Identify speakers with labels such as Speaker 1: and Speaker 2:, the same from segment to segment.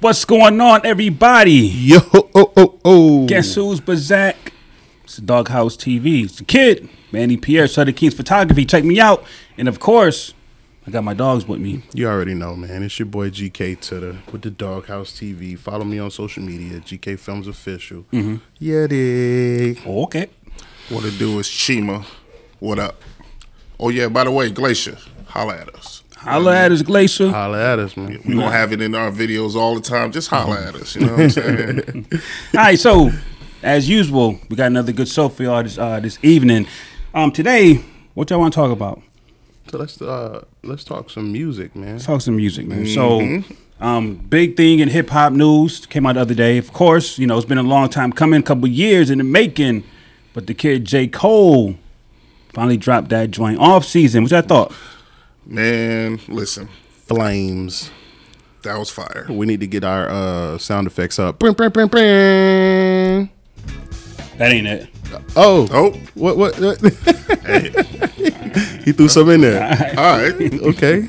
Speaker 1: What's going on, everybody?
Speaker 2: Yo, oh, oh, oh.
Speaker 1: Guess who's Bazak? It's Doghouse TV. It's the kid, Manny Pierre, Southern Kings Photography. Check me out. And of course, I got my dogs with me.
Speaker 2: You already know, man. It's your boy GK Titter with the Doghouse TV. Follow me on social media, GK Films Official. Mm-hmm. Yeah, dig.
Speaker 1: Oh, okay.
Speaker 3: What it do is Chima. What up? Oh yeah, by the way, Glacier, holla at us.
Speaker 1: Holla at us, Glacier.
Speaker 2: Holla at us, man.
Speaker 3: We gonna have it in our videos all the time. Just holla at us. You know what I'm saying?
Speaker 1: All right, so as usual, we got another good show for y'all this, uh, this evening. Um, today, what y'all want to talk about?
Speaker 2: So let's uh let's talk some music, man.
Speaker 1: Let's talk some music, man.
Speaker 2: Mm-hmm.
Speaker 1: So, um, big thing in hip hop news came out the other day. Of course, you know it's been a long time coming, couple years in the making, but the kid J Cole finally dropped that joint off season, which I thought.
Speaker 3: man, listen,
Speaker 2: Flames.
Speaker 3: that was fire.
Speaker 2: We need to get our uh sound effects up. Brim, brim, brim, brim.
Speaker 1: That ain't it.
Speaker 2: Oh,
Speaker 3: Oh,
Speaker 2: what what? what? he threw some in there.
Speaker 3: all right,
Speaker 2: Okay.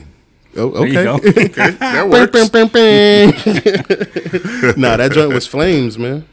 Speaker 2: Oh,
Speaker 1: There you go.
Speaker 2: okay.
Speaker 3: that
Speaker 2: Bing,
Speaker 3: works.
Speaker 2: bing, bing, bing. nah, that joint was flames, man.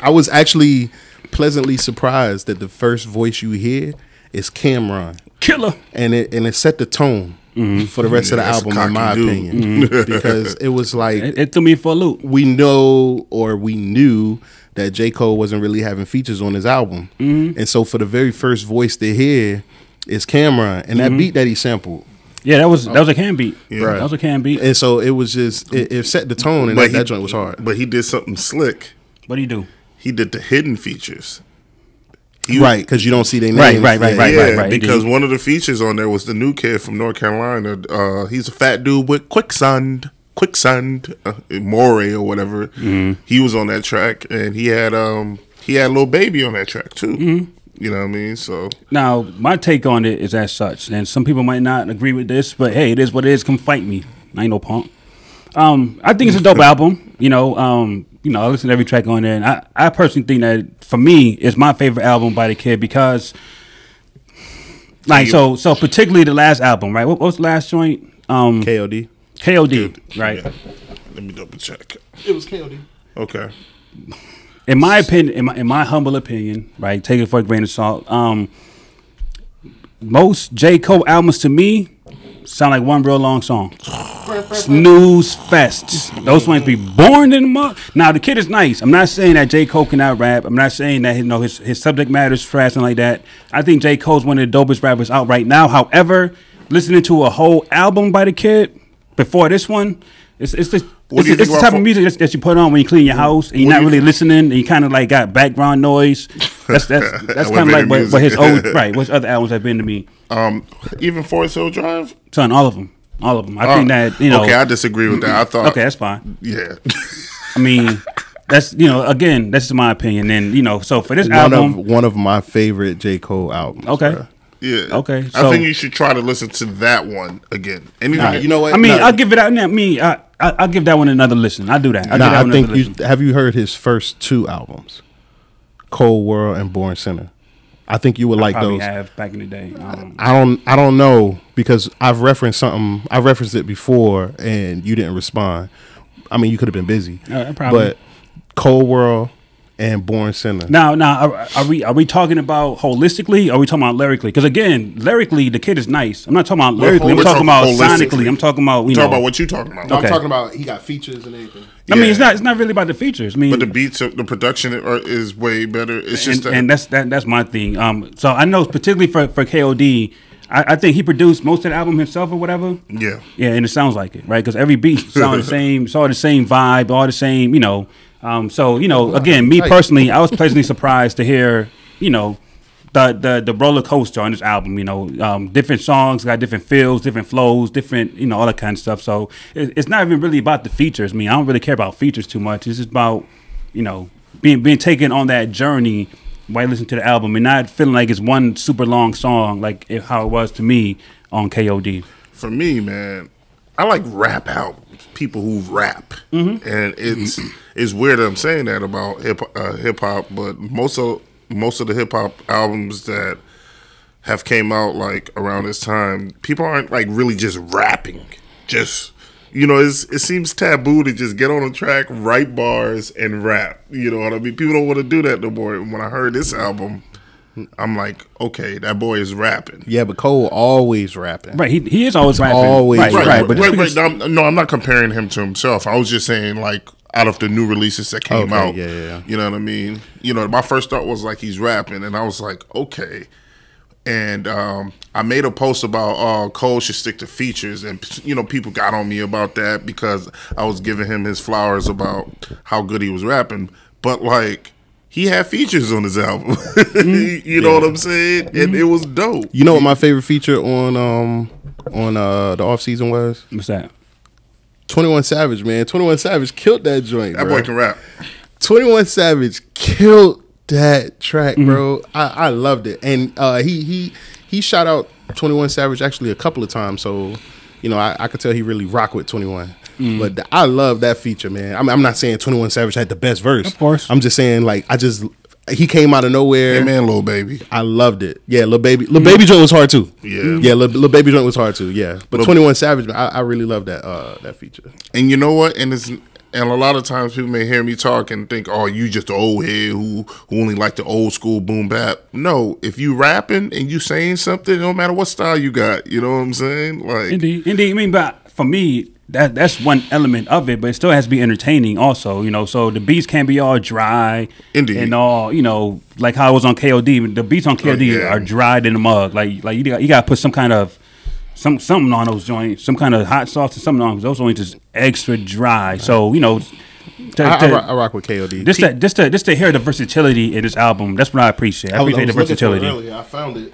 Speaker 2: I was actually pleasantly surprised that the first voice you hear is Cameron,
Speaker 1: Killer.
Speaker 2: and it and it set the tone for the rest of
Speaker 3: Yeah, Mm-hmm. that's a
Speaker 2: the album, in
Speaker 3: cocky
Speaker 2: my
Speaker 3: dude. Mm-hmm.
Speaker 2: opinion, because it was like
Speaker 1: It, it threw me for a loop.
Speaker 2: we know or we knew that J. Cole wasn't really having features on his album.
Speaker 3: Mm-hmm.
Speaker 2: And so for the very first voice to hear is Cameron and
Speaker 3: Mm-hmm.
Speaker 2: that beat that he sampled.
Speaker 1: Yeah, that was that was a can beat.
Speaker 2: Right.
Speaker 1: That was a can beat.
Speaker 2: And so it was just it, it set the tone and that, that joint was hard.
Speaker 3: But he did something slick.
Speaker 1: what do you do?
Speaker 3: He did the hidden features. He-
Speaker 2: Right, because you don't see their names.
Speaker 1: Right, right, right,
Speaker 2: Yeah,
Speaker 1: right,
Speaker 3: Yeah,
Speaker 2: yeah.
Speaker 1: right, he
Speaker 3: because
Speaker 1: did.
Speaker 3: one of the features on there was the new kid from North Carolina. Uh, he's a fat dude with quicksand, quicksand, uh, Maury or whatever.
Speaker 1: Mm-hmm.
Speaker 3: He was on that track, and he had um he had little baby on that track too.
Speaker 1: Mm-hmm.
Speaker 3: You know what I mean? So
Speaker 1: Now, my take on it is as such, and some people might not agree with this, but hey, it is what it is. Come fight me. I ain't no punk. Um, I think it's a dope album. You know, um, you know, I listen to every track on there, and I, I personally think that for me, it's my favorite album by the kid because, like, so so particularly the last album, right? What, what was the last joint? Um,
Speaker 2: KOD.
Speaker 1: KOD, right?
Speaker 3: let me double check.
Speaker 2: It was KOD.
Speaker 3: Okay,
Speaker 1: in my opinion, in my, in my humble opinion, right, take it for a grain of salt. Um, most J Cole albums to me sound like one real long song. Snooze fests. Those ones be born in the month. Now the kid is nice. I'm not saying that J Cole cannot rap. I'm not saying that you know his his subject matter is trash and like that. I think J Cole's one of the dopest rappers out right now. However, listening to a whole album by the kid before this one, it's it's the
Speaker 3: What
Speaker 1: it's,
Speaker 3: do you
Speaker 1: it's
Speaker 3: think
Speaker 1: the
Speaker 3: about
Speaker 1: type of
Speaker 3: fo-
Speaker 1: music that, that you put on when you clean your house and you're
Speaker 3: What do
Speaker 1: not
Speaker 3: you
Speaker 1: really
Speaker 3: think-
Speaker 1: listening and you kind of like got background noise. That's that's that's kind of
Speaker 3: Elevator
Speaker 1: like what, what his old
Speaker 3: music.
Speaker 1: right. What's other albums have been to me?
Speaker 3: um, even Forest Hill Drive. Uh,
Speaker 1: Son, all of them, all of them. I think that you know.
Speaker 3: Oh, okay, I disagree with that. I thought
Speaker 1: okay, that's fine.
Speaker 3: yeah.
Speaker 1: I mean, that's you know, again, that's just my opinion. And you know, so for this
Speaker 2: One of
Speaker 1: album,
Speaker 2: one of my favorite J. Cole albums.
Speaker 1: okay,
Speaker 2: bruh.
Speaker 3: Yeah.
Speaker 1: Okay,
Speaker 3: I
Speaker 1: so-
Speaker 3: think you should try to listen to that one again. Anything,
Speaker 2: Nah, you know what?
Speaker 1: I mean,
Speaker 2: Nah.
Speaker 1: I'll give it out. I mean, I, I I'll give that one another listen. I do that. I'll give
Speaker 2: Nah,
Speaker 1: that
Speaker 2: I
Speaker 1: one
Speaker 2: think
Speaker 1: another
Speaker 2: you
Speaker 1: listen.
Speaker 2: have you heard his first two albums, Cold World and Born Center. I think you would like
Speaker 1: probably
Speaker 2: those.
Speaker 1: have back in the day. Um,
Speaker 2: I don't I don't know because I've referenced something I referenced it before and you didn't respond. I mean you could have been busy.
Speaker 1: Uh, probably.
Speaker 2: But Cold World and Born Center.
Speaker 1: Now, now, are, are we are we talking about holistically? Or are we talking about lyrically? Because again, lyrically, the kid is nice. I'm not talking about lyrically. I'm
Speaker 3: we're
Speaker 1: talking
Speaker 3: talking
Speaker 1: about
Speaker 3: holistically.
Speaker 1: sonically. I'm talking about you
Speaker 3: talk
Speaker 1: know.
Speaker 3: about what you talking about.
Speaker 1: Okay. talking
Speaker 2: about he got features and everything.
Speaker 1: I mean, it's
Speaker 3: Yeah.
Speaker 1: not it's not really about the features. I mean,
Speaker 3: But the beats, of- the production are, is way better. It's
Speaker 1: and,
Speaker 3: just that
Speaker 1: and that's that, that's my thing. Um, so I know particularly for for KOD, I, I think he produced most of the album himself or whatever.
Speaker 3: yeah.
Speaker 1: Yeah, and it sounds like it, right? Because every beat sound the same, it's all the same vibe, all the same, you know. Um, so you know, again, me
Speaker 2: Right.
Speaker 1: personally, I was pleasantly surprised to hear, you know, the the the roller coaster on this album. You know, um, different songs got different feels, different flows, different, you know, all that kind of stuff. So it, it's not even really about the features. I mean, I don't really care about features too much. It's just about, you know, being being taken on that journey. While listening to the album and not feeling like it's one super long song, like it, how it was to me on KOD.
Speaker 3: For me, man, I like rap albums. People who rap, and it's it's weird that I'm saying that about hip uh, hip hop, but most of most of the hip hop albums that have came out like around this time, people aren't like really just rapping, just you know, it's, it seems taboo to just get on a track, write bars, and rap. You know what I mean? People don't want to do that no more. And when I heard this album, I'm like, okay, that boy is rapping.
Speaker 2: Yeah, but Cole always rapping.
Speaker 1: Right, he, he is always rapping.
Speaker 2: always
Speaker 1: right,
Speaker 3: Right,
Speaker 1: right,
Speaker 3: right,
Speaker 1: But
Speaker 3: right,
Speaker 1: just
Speaker 3: right. No, I'm- no, I'm not comparing him to himself. I was just saying, like, out of the new releases that came
Speaker 2: Okay,
Speaker 3: out,
Speaker 2: yeah, yeah, yeah.
Speaker 3: you know what I mean. You know, my first thought was like he's rapping, and I was like, okay. And um, I made a post about uh, Cole should stick to features, and you know, people got on me about that because I was giving him his flowers about how good he was rapping, but like. He had features on his album. you know what I'm saying? And it was dope.
Speaker 2: You know what my favorite feature on um on uh the off season was?
Speaker 1: what's that?
Speaker 2: Twenty One Savage, man. Twenty One Savage killed that joint.
Speaker 3: That
Speaker 2: bro.
Speaker 3: boy can rap.
Speaker 2: 21 Savage killed that track, bro. I, I loved it. And uh, he he he shot out 21 Savage actually a couple of times, so you know, I, I could tell he really rock with 21. But th- I love that feature, man. I'm, I'm not saying 21 Savage had the best verse. Of
Speaker 1: course.
Speaker 2: I'm just saying like I just he came out of nowhere.
Speaker 3: Hey, man, little baby.
Speaker 2: I loved it. Yeah, little baby,
Speaker 1: Mm.
Speaker 2: little baby joint was hard too.
Speaker 3: Yeah.
Speaker 2: yeah, little baby joint was hard too. Yeah, but Twenty One Savage, I, I really love that uh, that feature.
Speaker 3: And you know what? And it's and a lot of times people may hear me talk and think, "Oh, you just an old head who who only like the old school boom bap." No, if you rapping and you saying something, no matter what style you got, you know what I'm saying? Like,
Speaker 1: Indeed, indeed. I mean, but for me, that that's one element of it, but it still has to be entertaining, also. You know, so the beats can't be all dry,
Speaker 3: Indeed. Oh,
Speaker 1: and all you know, like how it was on KOD. The beats on KOD
Speaker 3: yeah.
Speaker 1: are dried in the mug. Like, like you got, you got to put some kind of some something on those joints, some kind of hot sauce or something on 'cause those joints is extra dry. So you know, to,
Speaker 2: I, I,
Speaker 1: to-
Speaker 2: rock, I rock with KOD.
Speaker 1: just to just to just to hear the versatility in this album. That's what I appreciate. I,
Speaker 2: was-
Speaker 1: appreciate
Speaker 2: was
Speaker 1: the
Speaker 2: looking for it
Speaker 1: versatility.
Speaker 2: earlier. I found it.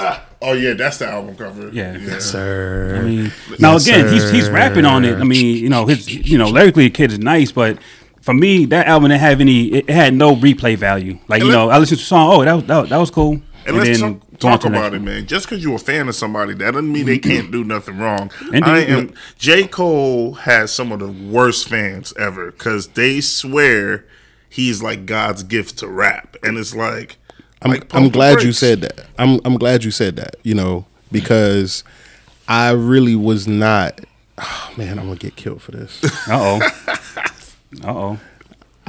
Speaker 3: oh yeah, that's the album cover.
Speaker 1: Yeah.
Speaker 2: Sir.
Speaker 1: I mean, now
Speaker 2: Yes,
Speaker 1: again, he's he's
Speaker 2: sir.
Speaker 1: rapping on it. I mean, you know, his you know lyrically, the kid is nice, but for me, that album didn't have any. It had no replay value. Like you know, I listened to the song. Oh, that was that, was- that was cool.
Speaker 3: And, let's talk,
Speaker 1: go on
Speaker 3: talk
Speaker 1: to the next
Speaker 3: about it, man. Just because you're a fan of somebody, that doesn't mean they can't do nothing wrong.
Speaker 1: Indeed.
Speaker 3: I am. J. Cole has some of the worst fans ever because they swear he's like God's gift to rap, and it's like,
Speaker 2: I'm,
Speaker 3: like, pump
Speaker 2: I'm
Speaker 3: the
Speaker 2: glad you
Speaker 3: brakes.
Speaker 2: said that. I'm I'm glad you said that. You know because I really was not. Oh, man, I'm gonna get killed for this.
Speaker 1: Uh oh. Uh oh.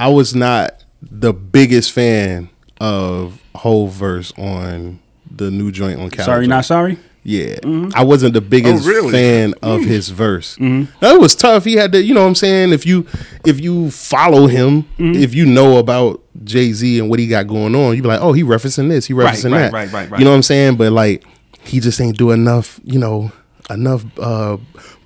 Speaker 2: I was not the biggest fan of whole verse on the new joint on Cal.
Speaker 1: Sorry, not sorry.
Speaker 2: Yeah,
Speaker 1: Mm-hmm.
Speaker 2: I wasn't the biggest
Speaker 3: Oh, really?
Speaker 2: fan of his verse.
Speaker 1: Mm-hmm.
Speaker 2: That was tough. He had to, you know, what I'm saying if you if you follow him,
Speaker 1: Mm-hmm.
Speaker 2: if you know about Jay Z and what he got going on, you be like, oh, he referencing this, he referencing
Speaker 1: right,
Speaker 2: that,
Speaker 1: right, right, right.
Speaker 2: You know what I'm saying? But like, he just ain't do enough, you know, enough uh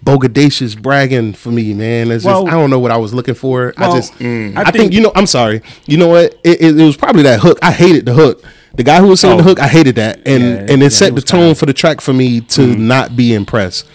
Speaker 2: bogadacious bragging for me, man. It's
Speaker 1: Well-
Speaker 2: just I don't know what I was looking for.
Speaker 1: Well, mm.
Speaker 2: I just
Speaker 1: I
Speaker 2: I,
Speaker 1: think-
Speaker 2: think, you know. I'm sorry. You know what? It, it, it was probably that hook. I hated the hook. The guy who was singing
Speaker 1: Oh.
Speaker 2: the hook, I hated that, and
Speaker 1: Yeah,
Speaker 2: and it
Speaker 1: yeah, it
Speaker 2: set the
Speaker 1: was Mm-hmm.
Speaker 2: tone for the track for me to not be impressed.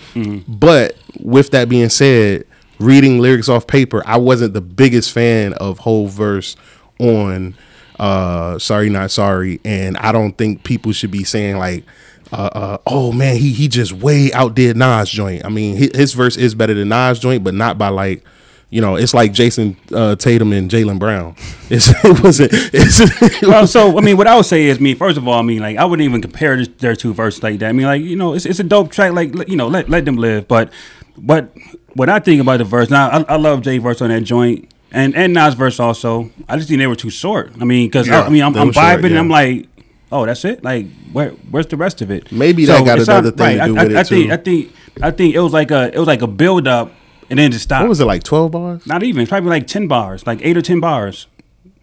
Speaker 2: But with that being said, reading lyrics off paper, I wasn't the biggest fan of whole verse on uh sorry not sorry and I don't think people should be saying like uh, uh oh man he he just way outdid Nas joint. I mean his, his verse is better than Nas joint but not by like you know it's like Jason uh, Tatum and Jalen Brown. It's, it wasn't it's, it
Speaker 1: Well, so I mean, what I would say is, I mean, first of all, I mean, like I wouldn't even compare this, their two verses like that. I mean, like you know, it's, it's a dope track. Like let- you know, let let them live. But but what I think about the verse now, I, I love Jay verse on that joint. And and Nas verse also. I just think they were too short. I mean, because I,
Speaker 3: Yeah,
Speaker 1: I mean, I'm,
Speaker 2: they
Speaker 1: I'm
Speaker 2: were
Speaker 1: vibing.
Speaker 2: short,
Speaker 1: and
Speaker 2: yeah.
Speaker 1: I'm like, oh, that's it. Like, where where's the rest of it?
Speaker 2: Maybe that got
Speaker 1: it's not-
Speaker 2: another thing to
Speaker 1: I-
Speaker 2: do
Speaker 1: I,
Speaker 2: with
Speaker 1: I
Speaker 2: it,
Speaker 1: think,
Speaker 2: too.
Speaker 1: I think I think it was like a it was like a build up and then just
Speaker 2: what
Speaker 1: stop.
Speaker 2: was it like 12 bars?
Speaker 1: Not even. It's probably like ten bars, like eight or ten bars.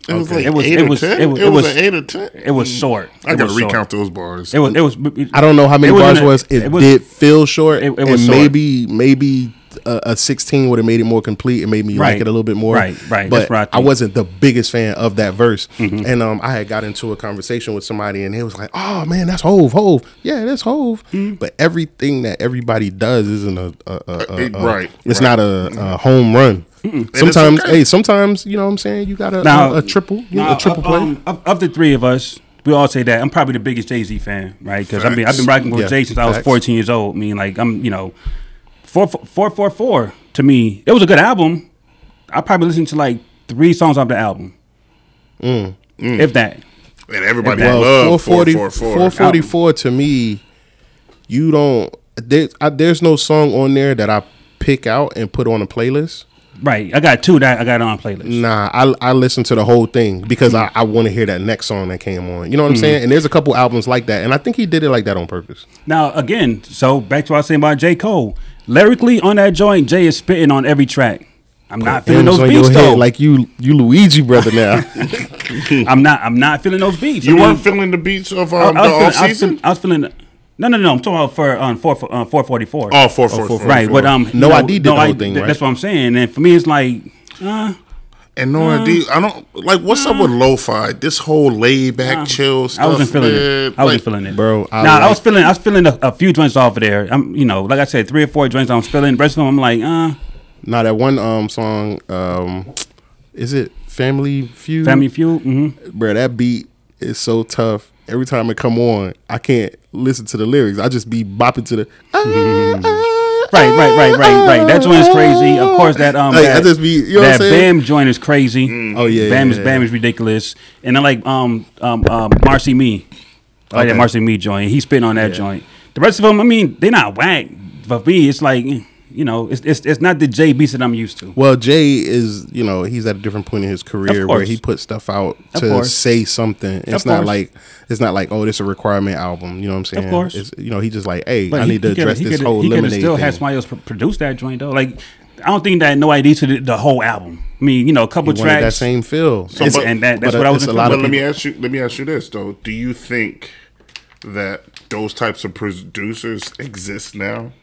Speaker 3: It was
Speaker 2: Okay.
Speaker 3: like
Speaker 1: It was-
Speaker 3: eight
Speaker 1: it
Speaker 3: or
Speaker 1: was-
Speaker 3: ten.
Speaker 1: it was-
Speaker 3: It,
Speaker 1: it
Speaker 3: was,
Speaker 1: was-
Speaker 3: an eight or ten.
Speaker 1: It was short.
Speaker 3: Mm,
Speaker 1: It
Speaker 3: I gotta
Speaker 1: was short.
Speaker 3: recount those bars.
Speaker 1: It was. It was.
Speaker 2: I don't know how many
Speaker 1: It wasn't
Speaker 2: bars
Speaker 1: a-
Speaker 2: was. It,
Speaker 1: it was-
Speaker 2: did feel short.
Speaker 1: It- it was
Speaker 2: and
Speaker 1: short.
Speaker 2: maybe maybe a, a 16 would have made it more complete. It made me
Speaker 1: Right.
Speaker 2: like it a little bit more.
Speaker 1: Right, right. That's what
Speaker 2: But
Speaker 1: I think. Mm-hmm.
Speaker 2: I, wasn't the biggest fan of that verse. And um, I had got into a conversation with somebody, and they was like, "Oh man, that's Hove, Hove. Yeah, that's Hove."
Speaker 1: Hmm.
Speaker 2: But everything that everybody does isn't a, a, a, a,
Speaker 3: it-
Speaker 2: a-
Speaker 3: right,
Speaker 2: It's
Speaker 3: right.
Speaker 2: not a, a home run.
Speaker 3: it's
Speaker 2: Sometimes,
Speaker 3: okay.
Speaker 2: hey, sometimes you know what I'm saying. You got a,
Speaker 1: Now-
Speaker 2: a, a triple, you know,
Speaker 1: Now,
Speaker 2: a triple
Speaker 1: of,
Speaker 2: play.
Speaker 1: um, of, of the three of us, we all say that I'm probably the biggest Jay Z fan, right? Because I mean, I've been
Speaker 3: Facts.
Speaker 1: rocking with
Speaker 2: Yeah,
Speaker 1: Jay since I was
Speaker 2: facts.
Speaker 1: 14 years old. I mean, like I'm, you know, four, four, four, four. To me, it was a good album. I probably listened to like three songs off the album,
Speaker 2: Mm,
Speaker 1: if that.
Speaker 3: and everybody
Speaker 1: Well,
Speaker 3: loved
Speaker 2: 440
Speaker 3: 444.
Speaker 2: 444 to me, you don't there, I, there's no song on there that I pick out and put on a playlist,
Speaker 1: Right. I got two that I got on playlist.
Speaker 2: nah, I I listen to the whole thing because I, I want to hear that next song that came on. You know what I'm
Speaker 3: Hmm.
Speaker 2: saying? And there's a couple albums like that, and I think he did it like that on purpose.
Speaker 1: Now again, so back to what I was saying about J. Cole. Lyrically on that joint, Jay is spitting on every track. I'm not feeling
Speaker 2: Hands
Speaker 1: those
Speaker 2: on your
Speaker 1: beats
Speaker 2: head
Speaker 1: though.
Speaker 2: like you you Luigi brother now.
Speaker 1: I'm not I'm not feeling those beats. I
Speaker 3: You
Speaker 1: mean,
Speaker 3: weren't feeling the beats of
Speaker 1: I,
Speaker 3: um,
Speaker 1: I
Speaker 3: the
Speaker 1: was
Speaker 3: off
Speaker 1: feeling, I, was
Speaker 3: season?
Speaker 1: feeling, I was feeling no no no I'm talking about for um, four um, four forty four.
Speaker 3: Oh, four, four, four, four.
Speaker 1: right, but um
Speaker 2: No ID did the whole thing,
Speaker 1: th-
Speaker 2: right?
Speaker 1: That's what I'm saying. And for me it's like
Speaker 3: And no idea. I don't like what's up with lo-fi. This whole laid back, chill stuff.
Speaker 1: I wasn't feeling
Speaker 3: man.
Speaker 1: it. I wasn't
Speaker 3: Oh, Like,
Speaker 1: feeling it,
Speaker 2: Bro, I
Speaker 1: I nah, I
Speaker 2: like-
Speaker 1: was feeling. I was feeling a, a few joints off of there. I'm, you know, like I said, three or four joints. I was feeling. Rest of them, I'm like, uh,
Speaker 2: now that one um song um is it Family Feud?
Speaker 1: Family Feud. Mm-hmm.
Speaker 2: bro, that beat is so tough. Every time it come on, I can't listen to the lyrics. I just be bopping to the ah,
Speaker 1: Mm-hmm. Right, right, right, right, right. That joint is crazy. Of course, that um,
Speaker 2: Like, I
Speaker 1: that,
Speaker 2: just be- you know what
Speaker 1: that
Speaker 2: I'm saying?
Speaker 1: Bam joint is crazy.
Speaker 2: Oh, yeah,
Speaker 1: Bam
Speaker 2: yeah,
Speaker 1: is
Speaker 2: yeah.
Speaker 1: Bam is ridiculous. And I like um um um Marcy Me, I like
Speaker 2: Okay.
Speaker 1: that Marcy Me joint. He's spitting on that joint. The rest of them, I mean, they're not whack. But me, it's like, you know, it's it's, it's not the J beats that I'm used to.
Speaker 2: Well, Jay is, you know, he's at a different point in his career
Speaker 1: Of
Speaker 2: where
Speaker 1: course.
Speaker 2: he puts stuff out
Speaker 1: Of
Speaker 2: to
Speaker 1: course.
Speaker 2: say something. It's
Speaker 1: Of
Speaker 2: not
Speaker 1: course.
Speaker 2: like it's not like, oh, this is a requirement album. You know what I'm saying?
Speaker 1: course.
Speaker 2: It's, you know, he just like, hey,
Speaker 1: But
Speaker 2: I
Speaker 1: he-
Speaker 2: need
Speaker 1: he
Speaker 2: to
Speaker 1: coulda-
Speaker 2: address
Speaker 1: he
Speaker 2: this
Speaker 1: coulda-
Speaker 2: whole
Speaker 1: He coulda
Speaker 2: lemonade
Speaker 1: still
Speaker 2: thing.
Speaker 1: had somebody else pr- produce that joint though. Like I don't think that no ID to the, the whole album. I mean, you know, a couple
Speaker 2: He wanted that
Speaker 1: tracks.
Speaker 2: same feel.
Speaker 1: It's- and that- that's
Speaker 2: but
Speaker 1: what I was
Speaker 2: it's a
Speaker 1: in-
Speaker 2: lot
Speaker 3: But
Speaker 2: of
Speaker 1: Well,
Speaker 3: let
Speaker 2: people.
Speaker 3: me ask you. Let me ask you this though. Do you think that those types of producers exist now?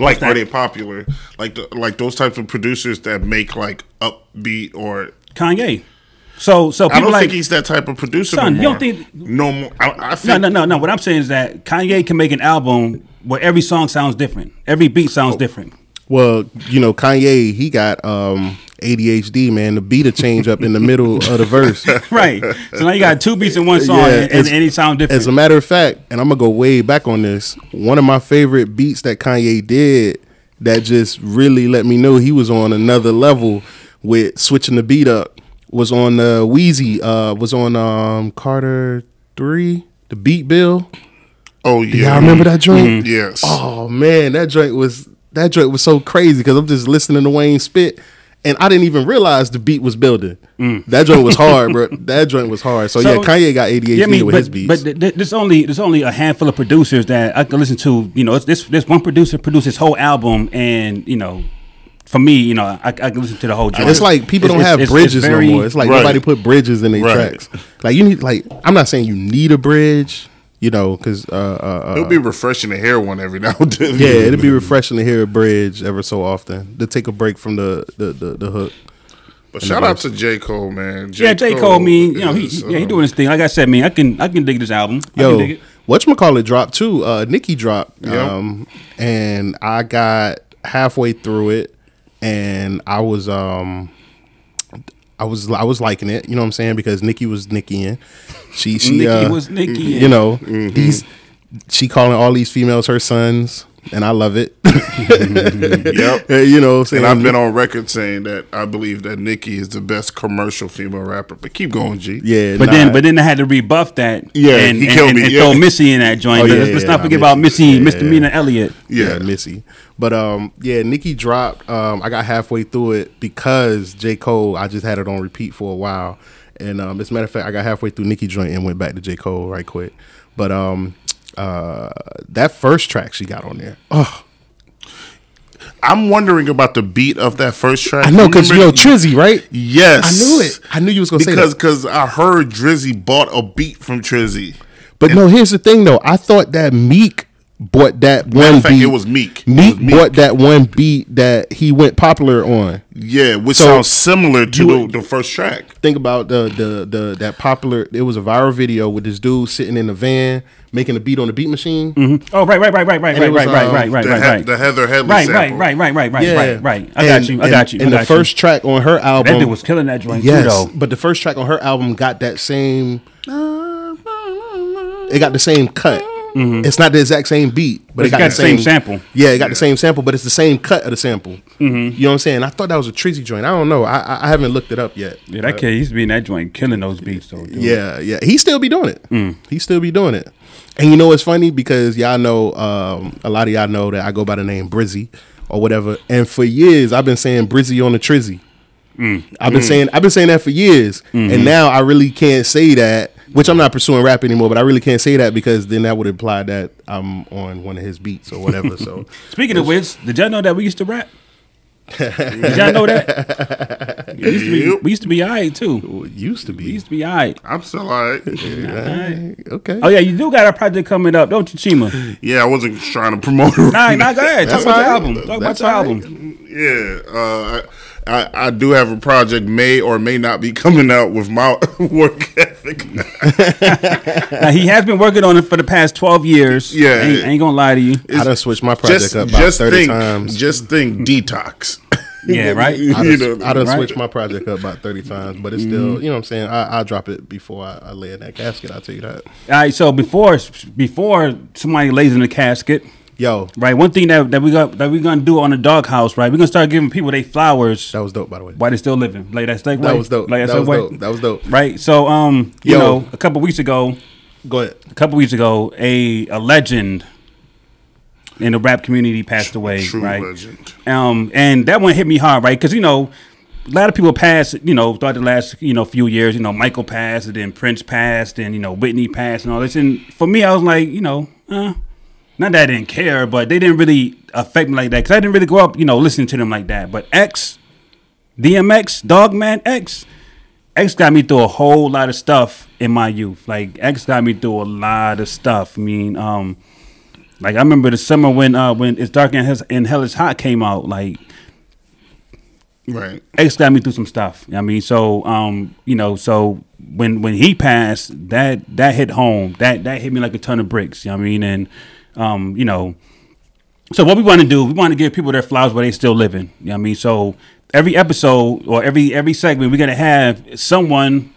Speaker 3: Like, are they popular? Like, the, like those types of producers that make like upbeat or.
Speaker 1: Kanye. So so people
Speaker 3: I don't
Speaker 1: like
Speaker 3: think he's that type of producer.
Speaker 1: Son,
Speaker 3: no
Speaker 1: you
Speaker 3: more.
Speaker 1: don't think-
Speaker 3: no more? I, I
Speaker 1: no
Speaker 3: think
Speaker 1: no no no. What I'm saying is that Kanye can make an album where every song sounds different, every beat sounds different.
Speaker 2: Well, you know, Kanye, he got um ADHD, man. The beat a change up in the middle of the verse.
Speaker 1: Right. So now you got two beats in one song, and, and,
Speaker 2: it's-
Speaker 1: and it sounds different.
Speaker 2: As a matter of fact, and I'm gonna go way back on this. One of my favorite beats that Kanye did that just really let me know he was on another level with switching the beat up was on uh, Wheezy. Uh, was on um, Carter Three, the Beat Bill.
Speaker 3: Oh yeah,
Speaker 2: Y'all remember that
Speaker 1: Mm-hmm.
Speaker 2: joint?
Speaker 3: Yes.
Speaker 2: Oh man, that joint was that joint was so crazy because I'm just listening to Wayne spit, and I didn't even realize the beat was building. That joint was hard, bro. That joint was hard. Mm. So,
Speaker 1: So-
Speaker 2: yeah, Kanye got ADHD
Speaker 1: Yeah, I mean,
Speaker 2: with
Speaker 1: but,
Speaker 2: his beats.
Speaker 1: but th- th- there's only there's only a handful of producers that I can listen to. You know, it's, this this one producer produced his whole album, and you know, for me, you know, I, I can listen to the whole. Joint.
Speaker 2: it's like people
Speaker 1: It's-
Speaker 2: don't
Speaker 1: it's-
Speaker 2: have
Speaker 1: it's-
Speaker 2: bridges
Speaker 1: it's very-
Speaker 2: no more. It's like
Speaker 3: Right.
Speaker 2: nobody put bridges in their
Speaker 3: Right.
Speaker 2: tracks. Like you need, like I'm not saying you need a bridge, you know, because uh, uh, uh,
Speaker 3: it'll be refreshing to hear one every now and then.
Speaker 2: yeah, it'd be refreshing to hear a bridge ever so often to take a break from the the the, the hook.
Speaker 3: But shout out to J Cole, man.
Speaker 1: yeah, J Cole. I mean, you know, he,
Speaker 3: is,
Speaker 1: yeah, he
Speaker 3: um,
Speaker 1: doing his thing. Like I said, man, I can I can dig this album. I can dig
Speaker 2: uh, Yo,
Speaker 1: it.
Speaker 2: whatchamacallit dropped too. Uh, Nikki dropped.
Speaker 3: Yeah.
Speaker 2: Um, and I got halfway through it and I was, um, I was, I was liking it, you know what I'm saying? Because Nikki was Nikki in. She, she,
Speaker 1: Nikki
Speaker 2: uh,
Speaker 1: was Nikki.
Speaker 2: you know, he's, she calling all these females her sons and I love it.
Speaker 3: Yep.
Speaker 2: you know, saying
Speaker 3: And I've been on record saying that I believe that Nikki is the best commercial female rapper. But keep going, G.
Speaker 2: yeah,
Speaker 1: But
Speaker 2: nah.
Speaker 1: then, but then I had to rebuff that.
Speaker 3: Yeah,
Speaker 1: and,
Speaker 3: he
Speaker 1: and-
Speaker 3: killed
Speaker 1: and-
Speaker 3: me,
Speaker 1: and
Speaker 3: yeah.
Speaker 1: throw Missy in that joint.
Speaker 2: Oh, yeah,
Speaker 1: let's, let's
Speaker 2: yeah,
Speaker 1: not
Speaker 2: nah,
Speaker 1: forget about
Speaker 2: Missy,
Speaker 1: Missy,
Speaker 2: yeah,
Speaker 1: Mr.
Speaker 2: yeah.
Speaker 1: Mina Elliott.
Speaker 2: yeah,
Speaker 3: Yeah.
Speaker 2: Missy. But um, yeah, Nikki dropped. Um, I got halfway through it because J Cole. I just had it on repeat for a while, and um, as a matter of fact, I got halfway through Nikki joint and went back to J Cole right quick. But um, uh, that first track she got on there. Oh,
Speaker 3: I'm wondering about the beat of that first track.
Speaker 2: I know because you know
Speaker 3: Remember-
Speaker 2: Trizzy, right?
Speaker 3: Yes.
Speaker 2: I knew it. I knew you was gonna say
Speaker 3: Because
Speaker 2: that.
Speaker 3: cause I heard Drizzy bought a beat from Trizzy.
Speaker 2: But no, here's the thing though. I thought that Meek bought that one
Speaker 3: of fact,
Speaker 2: beat.
Speaker 3: it was Meek. It
Speaker 2: Meek
Speaker 3: was Meek.
Speaker 2: bought that one beat that he went popular on.
Speaker 3: Yeah, which
Speaker 2: So,
Speaker 3: sounds similar to
Speaker 2: you-
Speaker 3: the, the first track.
Speaker 2: think about the the the that popular. It was a viral video with this dude sitting in the van making a beat on the beat machine.
Speaker 1: Oh, right, right, right, right, right,
Speaker 2: it
Speaker 1: right,
Speaker 2: was,
Speaker 1: right, right,
Speaker 2: um,
Speaker 1: right, right,
Speaker 3: the,
Speaker 1: right,
Speaker 3: He-
Speaker 1: right.
Speaker 3: the Heather Headley
Speaker 1: Right, right,
Speaker 3: sample.
Speaker 1: right, right, right, right, right, right. I
Speaker 2: And-
Speaker 1: got you. I
Speaker 2: and-
Speaker 1: got you. I
Speaker 2: And the
Speaker 1: got you.
Speaker 2: first track on her album,
Speaker 1: that dude was killing that joint too,
Speaker 2: yes,
Speaker 1: though.
Speaker 2: but the first track on her album got that same. It got the same cut.
Speaker 1: Mm-hmm.
Speaker 2: It's not the exact same beat, but, it
Speaker 1: it's
Speaker 2: got, the same,
Speaker 1: sample. Mm-hmm.
Speaker 2: Yeah, it got the same sample, but it's the same cut of the sample. You know what I'm saying? I thought that was a Trizzy joint. I don't know. I, I I haven't looked it up yet.
Speaker 1: Yeah, that kid used to be in that joint killing those beats though. Dude.
Speaker 2: Yeah,
Speaker 3: Mm.
Speaker 2: yeah. He still be doing it. He still be doing it. And you know what's funny because y'all know um, a lot of y'all know that I go by the name Brizzy or whatever. And for years, I've been saying Brizzy on the Trizzy.
Speaker 3: Mm.
Speaker 2: I've been saying I've been saying that for years,
Speaker 3: Mm-hmm.
Speaker 2: and now I really can't say that. Which I'm not pursuing rap anymore, but I really can't say that because then that would imply that I'm on one of his beats or whatever. So
Speaker 1: Speaking of which, did y'all know that we used to rap? did y'all know that? We used to be, we used to be all right, too.
Speaker 2: Well, it used to
Speaker 1: We
Speaker 2: be
Speaker 1: used to be all right.
Speaker 3: I'm still alright. Yeah.
Speaker 2: okay.
Speaker 1: Oh, yeah, you do got a project coming up, don't you, Chima?
Speaker 3: I wasn't trying to promote. it.
Speaker 1: Nah, nah, go ahead. Talk
Speaker 2: That's
Speaker 1: about your
Speaker 2: all right.
Speaker 1: album. Talk about
Speaker 2: That's
Speaker 1: your
Speaker 2: all right.
Speaker 1: album.
Speaker 3: Yeah, uh, I, I I do have a project may or may not be coming out with my work ethic.
Speaker 1: Now, he has been working on it for the past 12 years.
Speaker 3: Yeah.
Speaker 1: Ain't, ain't gonna lie to you.
Speaker 2: I done switched my project
Speaker 3: just
Speaker 2: up about
Speaker 3: just
Speaker 2: thirty
Speaker 3: think,
Speaker 2: times.
Speaker 3: just think, detox.
Speaker 1: Yeah, right?
Speaker 3: You
Speaker 2: I
Speaker 3: know,
Speaker 2: done, I Mm-hmm. done
Speaker 1: right?
Speaker 2: switched my project up about 30 times, but it's still, you know what I'm saying? I, I drop it before I, I lay in that casket. I'll tell you that.
Speaker 1: All right, so before before somebody lays in the casket,
Speaker 2: Yo,
Speaker 1: right? One thing that, that we got that we're gonna do on the doghouse, right? We're gonna start giving people their flowers
Speaker 2: that was dope, by the way.
Speaker 1: while they're still living. Like that's like
Speaker 2: That
Speaker 1: right?
Speaker 2: was dope.
Speaker 1: Like
Speaker 2: that
Speaker 1: that's
Speaker 2: was
Speaker 1: right?
Speaker 2: dope. That was dope.
Speaker 1: Right. So um, you
Speaker 2: Yo.
Speaker 1: know, a couple weeks ago,
Speaker 2: Go ahead.
Speaker 1: a couple weeks ago, a a legend in the rap community passed away.
Speaker 3: True
Speaker 1: right.
Speaker 3: legend.
Speaker 1: Um, and that one hit me hard, right? Because you know, a lot of people passed, you know, throughout the last you know few years. You know, Michael passed, and then Prince passed, and you know Whitney passed, and all this. And for me, I was like, you know, uh, not that I didn't care, but they didn't really affect me like that because I didn't really grow up, you know, listening to them like that. But X, DMX, Dogman X. X got me through a whole lot of stuff in my youth. Like X got me through a lot of stuff. I mean, um, like I remember the summer when uh when It's Dark and Hell, and Hell Is Hot came out. Like
Speaker 3: Right.
Speaker 1: X got me through some stuff. I mean, so um, you know, so when when he passed, that that hit home. That that hit me like a ton of bricks. You know what I mean? And um, you know, so what we want to do, we want to give people their flowers while they still living. You know what I mean? So every episode or every every segment, we're gonna have someone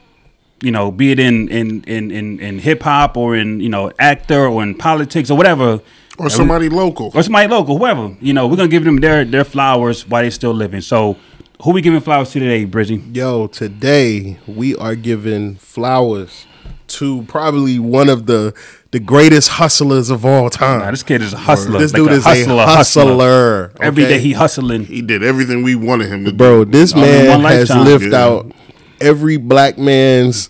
Speaker 1: you know, be it in in in in, in hip hop or in you know actor or in politics or whatever,
Speaker 3: Or somebody local.
Speaker 1: or somebody local, whoever. You know, we're gonna give them their their flowers while they're still living. So, who we giving flowers to today, Brizzy?
Speaker 2: Yo, today we are giving flowers to probably one of the the greatest hustlers of all time.
Speaker 1: Nah, this kid is a hustler.
Speaker 2: This
Speaker 1: like
Speaker 2: dude
Speaker 1: a
Speaker 2: is
Speaker 1: hustler,
Speaker 2: a hustler.
Speaker 1: Every
Speaker 2: okay?
Speaker 1: day he hustling.
Speaker 3: He did everything we wanted him to do.
Speaker 2: Bro, this
Speaker 1: All in
Speaker 2: man
Speaker 1: one
Speaker 2: has
Speaker 1: lifetime.
Speaker 2: lived
Speaker 3: Yeah.
Speaker 2: out every black man's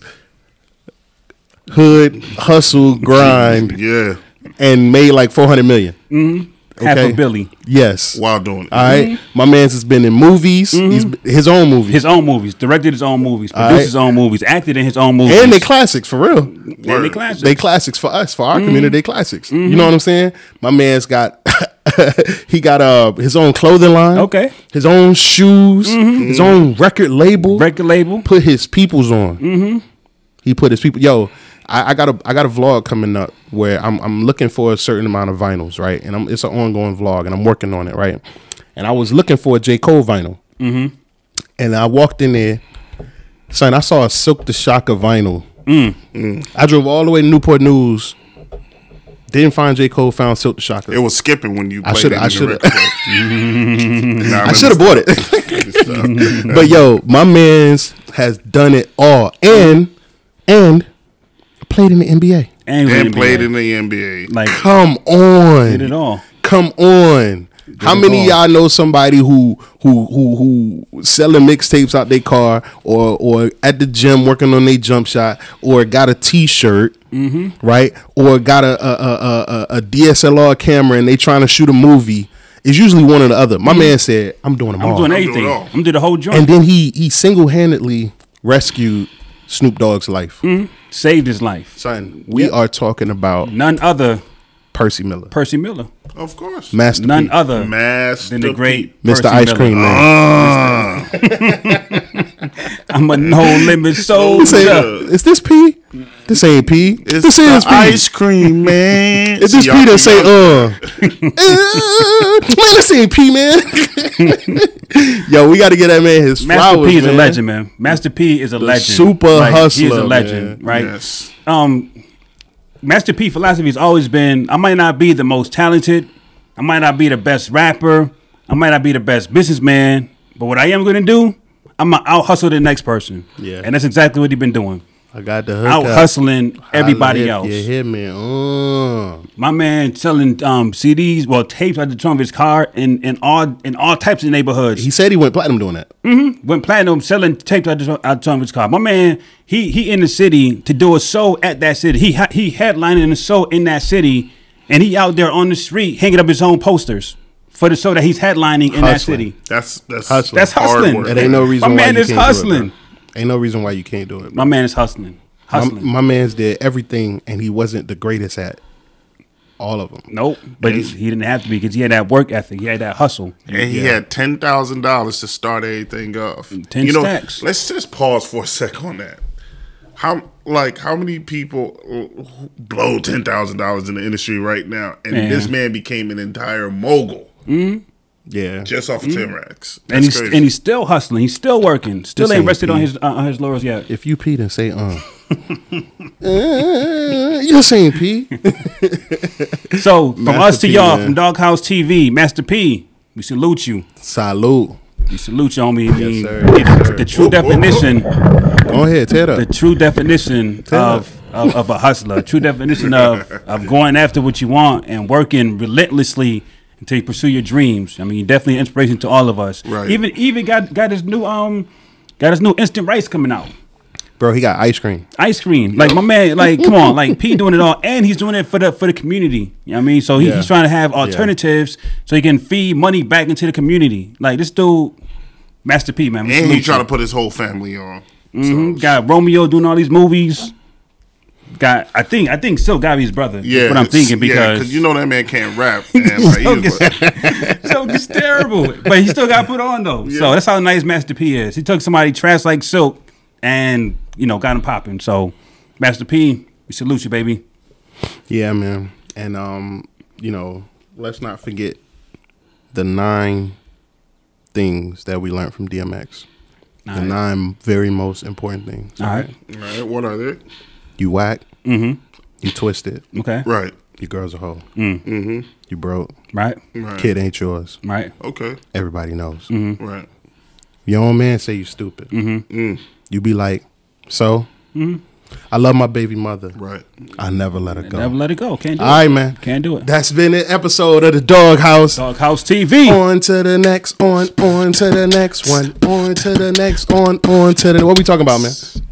Speaker 2: hood hustle grind
Speaker 3: Yeah.
Speaker 2: and made like 400 million.
Speaker 1: Mm-hmm. Half
Speaker 2: Okay.
Speaker 1: a Billy.
Speaker 2: Yes.
Speaker 3: While doing it.
Speaker 2: All right.
Speaker 1: Mm-hmm.
Speaker 2: My man's has been in movies, he's, his own movies,
Speaker 1: His own movies, directed his own movies, produced
Speaker 2: right.
Speaker 1: his own movies, acted in his own movies, Mm-hmm.
Speaker 2: and they classics for real.
Speaker 1: And they classics.
Speaker 2: They classics for us, for our
Speaker 1: Mm-hmm.
Speaker 2: community. They classics. You know what I'm saying? My man's got he got uh his own clothing line.
Speaker 1: Okay. Mm-hmm.
Speaker 2: His own shoes. His own record label.
Speaker 1: record label.
Speaker 2: put his peoples on. Mm-hmm. He put his people. Yo, I, I got a I got a vlog coming up where I'm I'm looking for a certain amount of vinyls, right? And I'm, it's an ongoing vlog, and I'm working on it, right? And I was looking for a J Cole vinyl, mm-hmm. and I walked in there, son. I saw a Silk the Shocker vinyl. Mm. I drove all the way to Newport News. Didn't find J Cole. Found Silk the Shocker.
Speaker 3: It was skipping when you played
Speaker 2: shoulda-
Speaker 3: it.
Speaker 2: I
Speaker 3: in the
Speaker 2: shoulda-
Speaker 3: record player. Nah,
Speaker 2: I should have bought it. But yo, my man's has done it all, and and played in the NBA.
Speaker 1: And,
Speaker 3: And played
Speaker 1: it
Speaker 3: in the NBA.
Speaker 1: like
Speaker 2: Come
Speaker 1: did it
Speaker 2: on,
Speaker 1: all.
Speaker 2: come on. How many of y'all know somebody who who who who selling mixtapes out their car or or at the gym working on their jump shot or got a t-shirt,
Speaker 1: Mm-hmm.
Speaker 2: right? Or got a a, a a a DSLR camera and they trying to shoot a movie. It's usually one or the other. My man said, "I'm doing them
Speaker 1: Mm-hmm. I'm
Speaker 2: all."
Speaker 1: doing
Speaker 3: doing
Speaker 1: everything.
Speaker 3: all.
Speaker 1: I'm doing the whole joint.
Speaker 2: and then he he single handedly rescued Snoop Dogg's life.
Speaker 1: Mm-hmm. Saved his life.
Speaker 2: Son, we are talking about
Speaker 1: None other
Speaker 2: Percy Miller,
Speaker 1: Percy Miller.
Speaker 3: Of course.
Speaker 2: Master
Speaker 1: None
Speaker 2: P,
Speaker 1: other
Speaker 3: Master Uh,
Speaker 1: than the great
Speaker 2: Mr.
Speaker 1: Percy
Speaker 2: Ice
Speaker 1: Miller.
Speaker 2: Cream Man.
Speaker 1: I'm a no limit soldier.
Speaker 2: Is this P? This ain't P. this
Speaker 3: the
Speaker 2: is P.
Speaker 3: ice cream, man.
Speaker 2: Is this
Speaker 3: Y'all-
Speaker 2: P that say
Speaker 3: y'all-
Speaker 2: uh? Uh, man, this ain't P, man. Yo, we got to get that man his
Speaker 1: Master
Speaker 2: flowers.
Speaker 1: P is
Speaker 2: man.
Speaker 1: a legend, man. Master P is a legend.
Speaker 2: super
Speaker 1: He's a
Speaker 2: hustler,
Speaker 1: legend,
Speaker 2: man.
Speaker 1: right?
Speaker 3: Yes.
Speaker 1: Um, Master P philosophy has always been: I might not be the most talented, I might not be the best rapper, I might not be the best businessman, but what I am going to do, I'm gonna out hustle the next person.
Speaker 2: Yeah.
Speaker 1: and that's exactly what he's been doing.
Speaker 2: I got the hook
Speaker 1: out
Speaker 2: up.
Speaker 1: hustling everybody
Speaker 2: I lift
Speaker 1: else.
Speaker 2: You hear me? Uh,
Speaker 1: My man selling um, CDs, well tapes out the trunk of his car in, in all in all types of neighborhoods.
Speaker 2: he said he went platinum doing that.
Speaker 1: went platinum selling tapes out the, out the trunk of his car. My man, he he in the city to do a show at that city. He ha- he headlining a show in that city, and he out there on the street hanging up his own posters for the show that he's headlining in that
Speaker 2: Hustling.
Speaker 1: city.
Speaker 3: That's that's
Speaker 2: Hustling.
Speaker 1: That's
Speaker 3: hard
Speaker 1: hustling.
Speaker 3: work.
Speaker 2: It ain't no reason.
Speaker 1: My
Speaker 2: why
Speaker 1: man
Speaker 2: you
Speaker 1: is
Speaker 2: can't do it,
Speaker 1: hustling.
Speaker 2: bro. ain't no reason why you can't do it. bro.
Speaker 1: My man is hustling,
Speaker 2: My,
Speaker 1: hustling.
Speaker 2: my man's did everything, and he wasn't the greatest at all of them.
Speaker 1: nope, but he, he didn't have to be because he had that work ethic. He had that hustle.
Speaker 3: And he had ten thousand dollars to start everything off.
Speaker 1: 10
Speaker 3: you know,
Speaker 1: stacks.
Speaker 3: let's just pause for a sec on that. How like how many people uh, blow ten thousand dollars in the industry right now? And
Speaker 1: Man.
Speaker 3: this man became an entire mogul
Speaker 2: Yeah,
Speaker 3: just off of Tim Rex.
Speaker 1: Mm-hmm. and he's and he's still hustling. He's still working. Still
Speaker 2: This
Speaker 1: ain't
Speaker 2: ain't
Speaker 1: rested on
Speaker 2: me.
Speaker 1: his uh, on his laurels yet.
Speaker 2: if you pee, then say um. uh, you're saying pee.
Speaker 1: So from us to
Speaker 2: Master P,
Speaker 1: y'all,
Speaker 2: man.
Speaker 1: from Doghouse TV, Master P, we salute you.
Speaker 2: Salute.
Speaker 1: We salute you, homie. I mean,
Speaker 2: sir.
Speaker 1: it-
Speaker 2: Yes, sir.
Speaker 1: The true definition,
Speaker 2: Go ahead, tear it
Speaker 1: the
Speaker 2: up.
Speaker 1: true definition
Speaker 2: up.
Speaker 1: of, of of a hustler, true definition of of going after what you want and working relentlessly until you pursue your dreams. I mean, you're definitely an inspiration to all of us.
Speaker 3: Right.
Speaker 1: Even even got got his new um got his new instant rice coming out.
Speaker 2: Bro, he got ice cream.
Speaker 1: ice cream. Like my man, like come on, like P doing it all, and he's doing it for the for the community. You know what I mean? So he,
Speaker 2: Yeah.
Speaker 1: he's trying to have alternatives so he can feed money back into the community. Like this dude, Master P, man. we
Speaker 3: and he
Speaker 1: salute
Speaker 3: trying
Speaker 1: you.
Speaker 3: to put his whole family on.
Speaker 1: Mhm.
Speaker 3: So,
Speaker 1: got Romeo doing all these movies. Got I think I think still Gabby's brother. Yeah, what I'm thinking
Speaker 3: yeah,
Speaker 1: because
Speaker 3: you know that man can't rap. And, like, he was like,
Speaker 1: so it's terrible, but he still got put on though. So that's how nice Master P is. He took somebody trash like Silk and you know got him popping. So Master P, we salute you, baby.
Speaker 2: Yeah, man. And um, you know, let's not forget the nine things that we learned from DMX. The
Speaker 1: Alright.
Speaker 2: nine very most important things.
Speaker 1: All right.
Speaker 3: All right, what are they?
Speaker 2: You whack. Mm-hmm. You twisted.
Speaker 1: Okay.
Speaker 3: Right,
Speaker 2: Your girl's a hoe. Mm-hmm. You broke.
Speaker 1: Right.
Speaker 3: right, Mm-hmm.
Speaker 2: Kid ain't yours.
Speaker 1: Right.
Speaker 3: okay,
Speaker 2: Everybody knows.
Speaker 1: Mm.
Speaker 3: right, Mm,
Speaker 2: Your own man say you stupid. Mm-hmm. You be like, so. I love my baby mother.
Speaker 3: right.
Speaker 2: I never let her go.
Speaker 1: Never let it go. Can't do
Speaker 3: Uh,
Speaker 2: All
Speaker 1: it.
Speaker 2: right, man.
Speaker 1: Can't do it.
Speaker 2: That's been an episode of the Doghouse.
Speaker 1: Doghouse TV.
Speaker 2: On to the next, on, on to the next one, on to the next, on, on to the. What we talking about, man?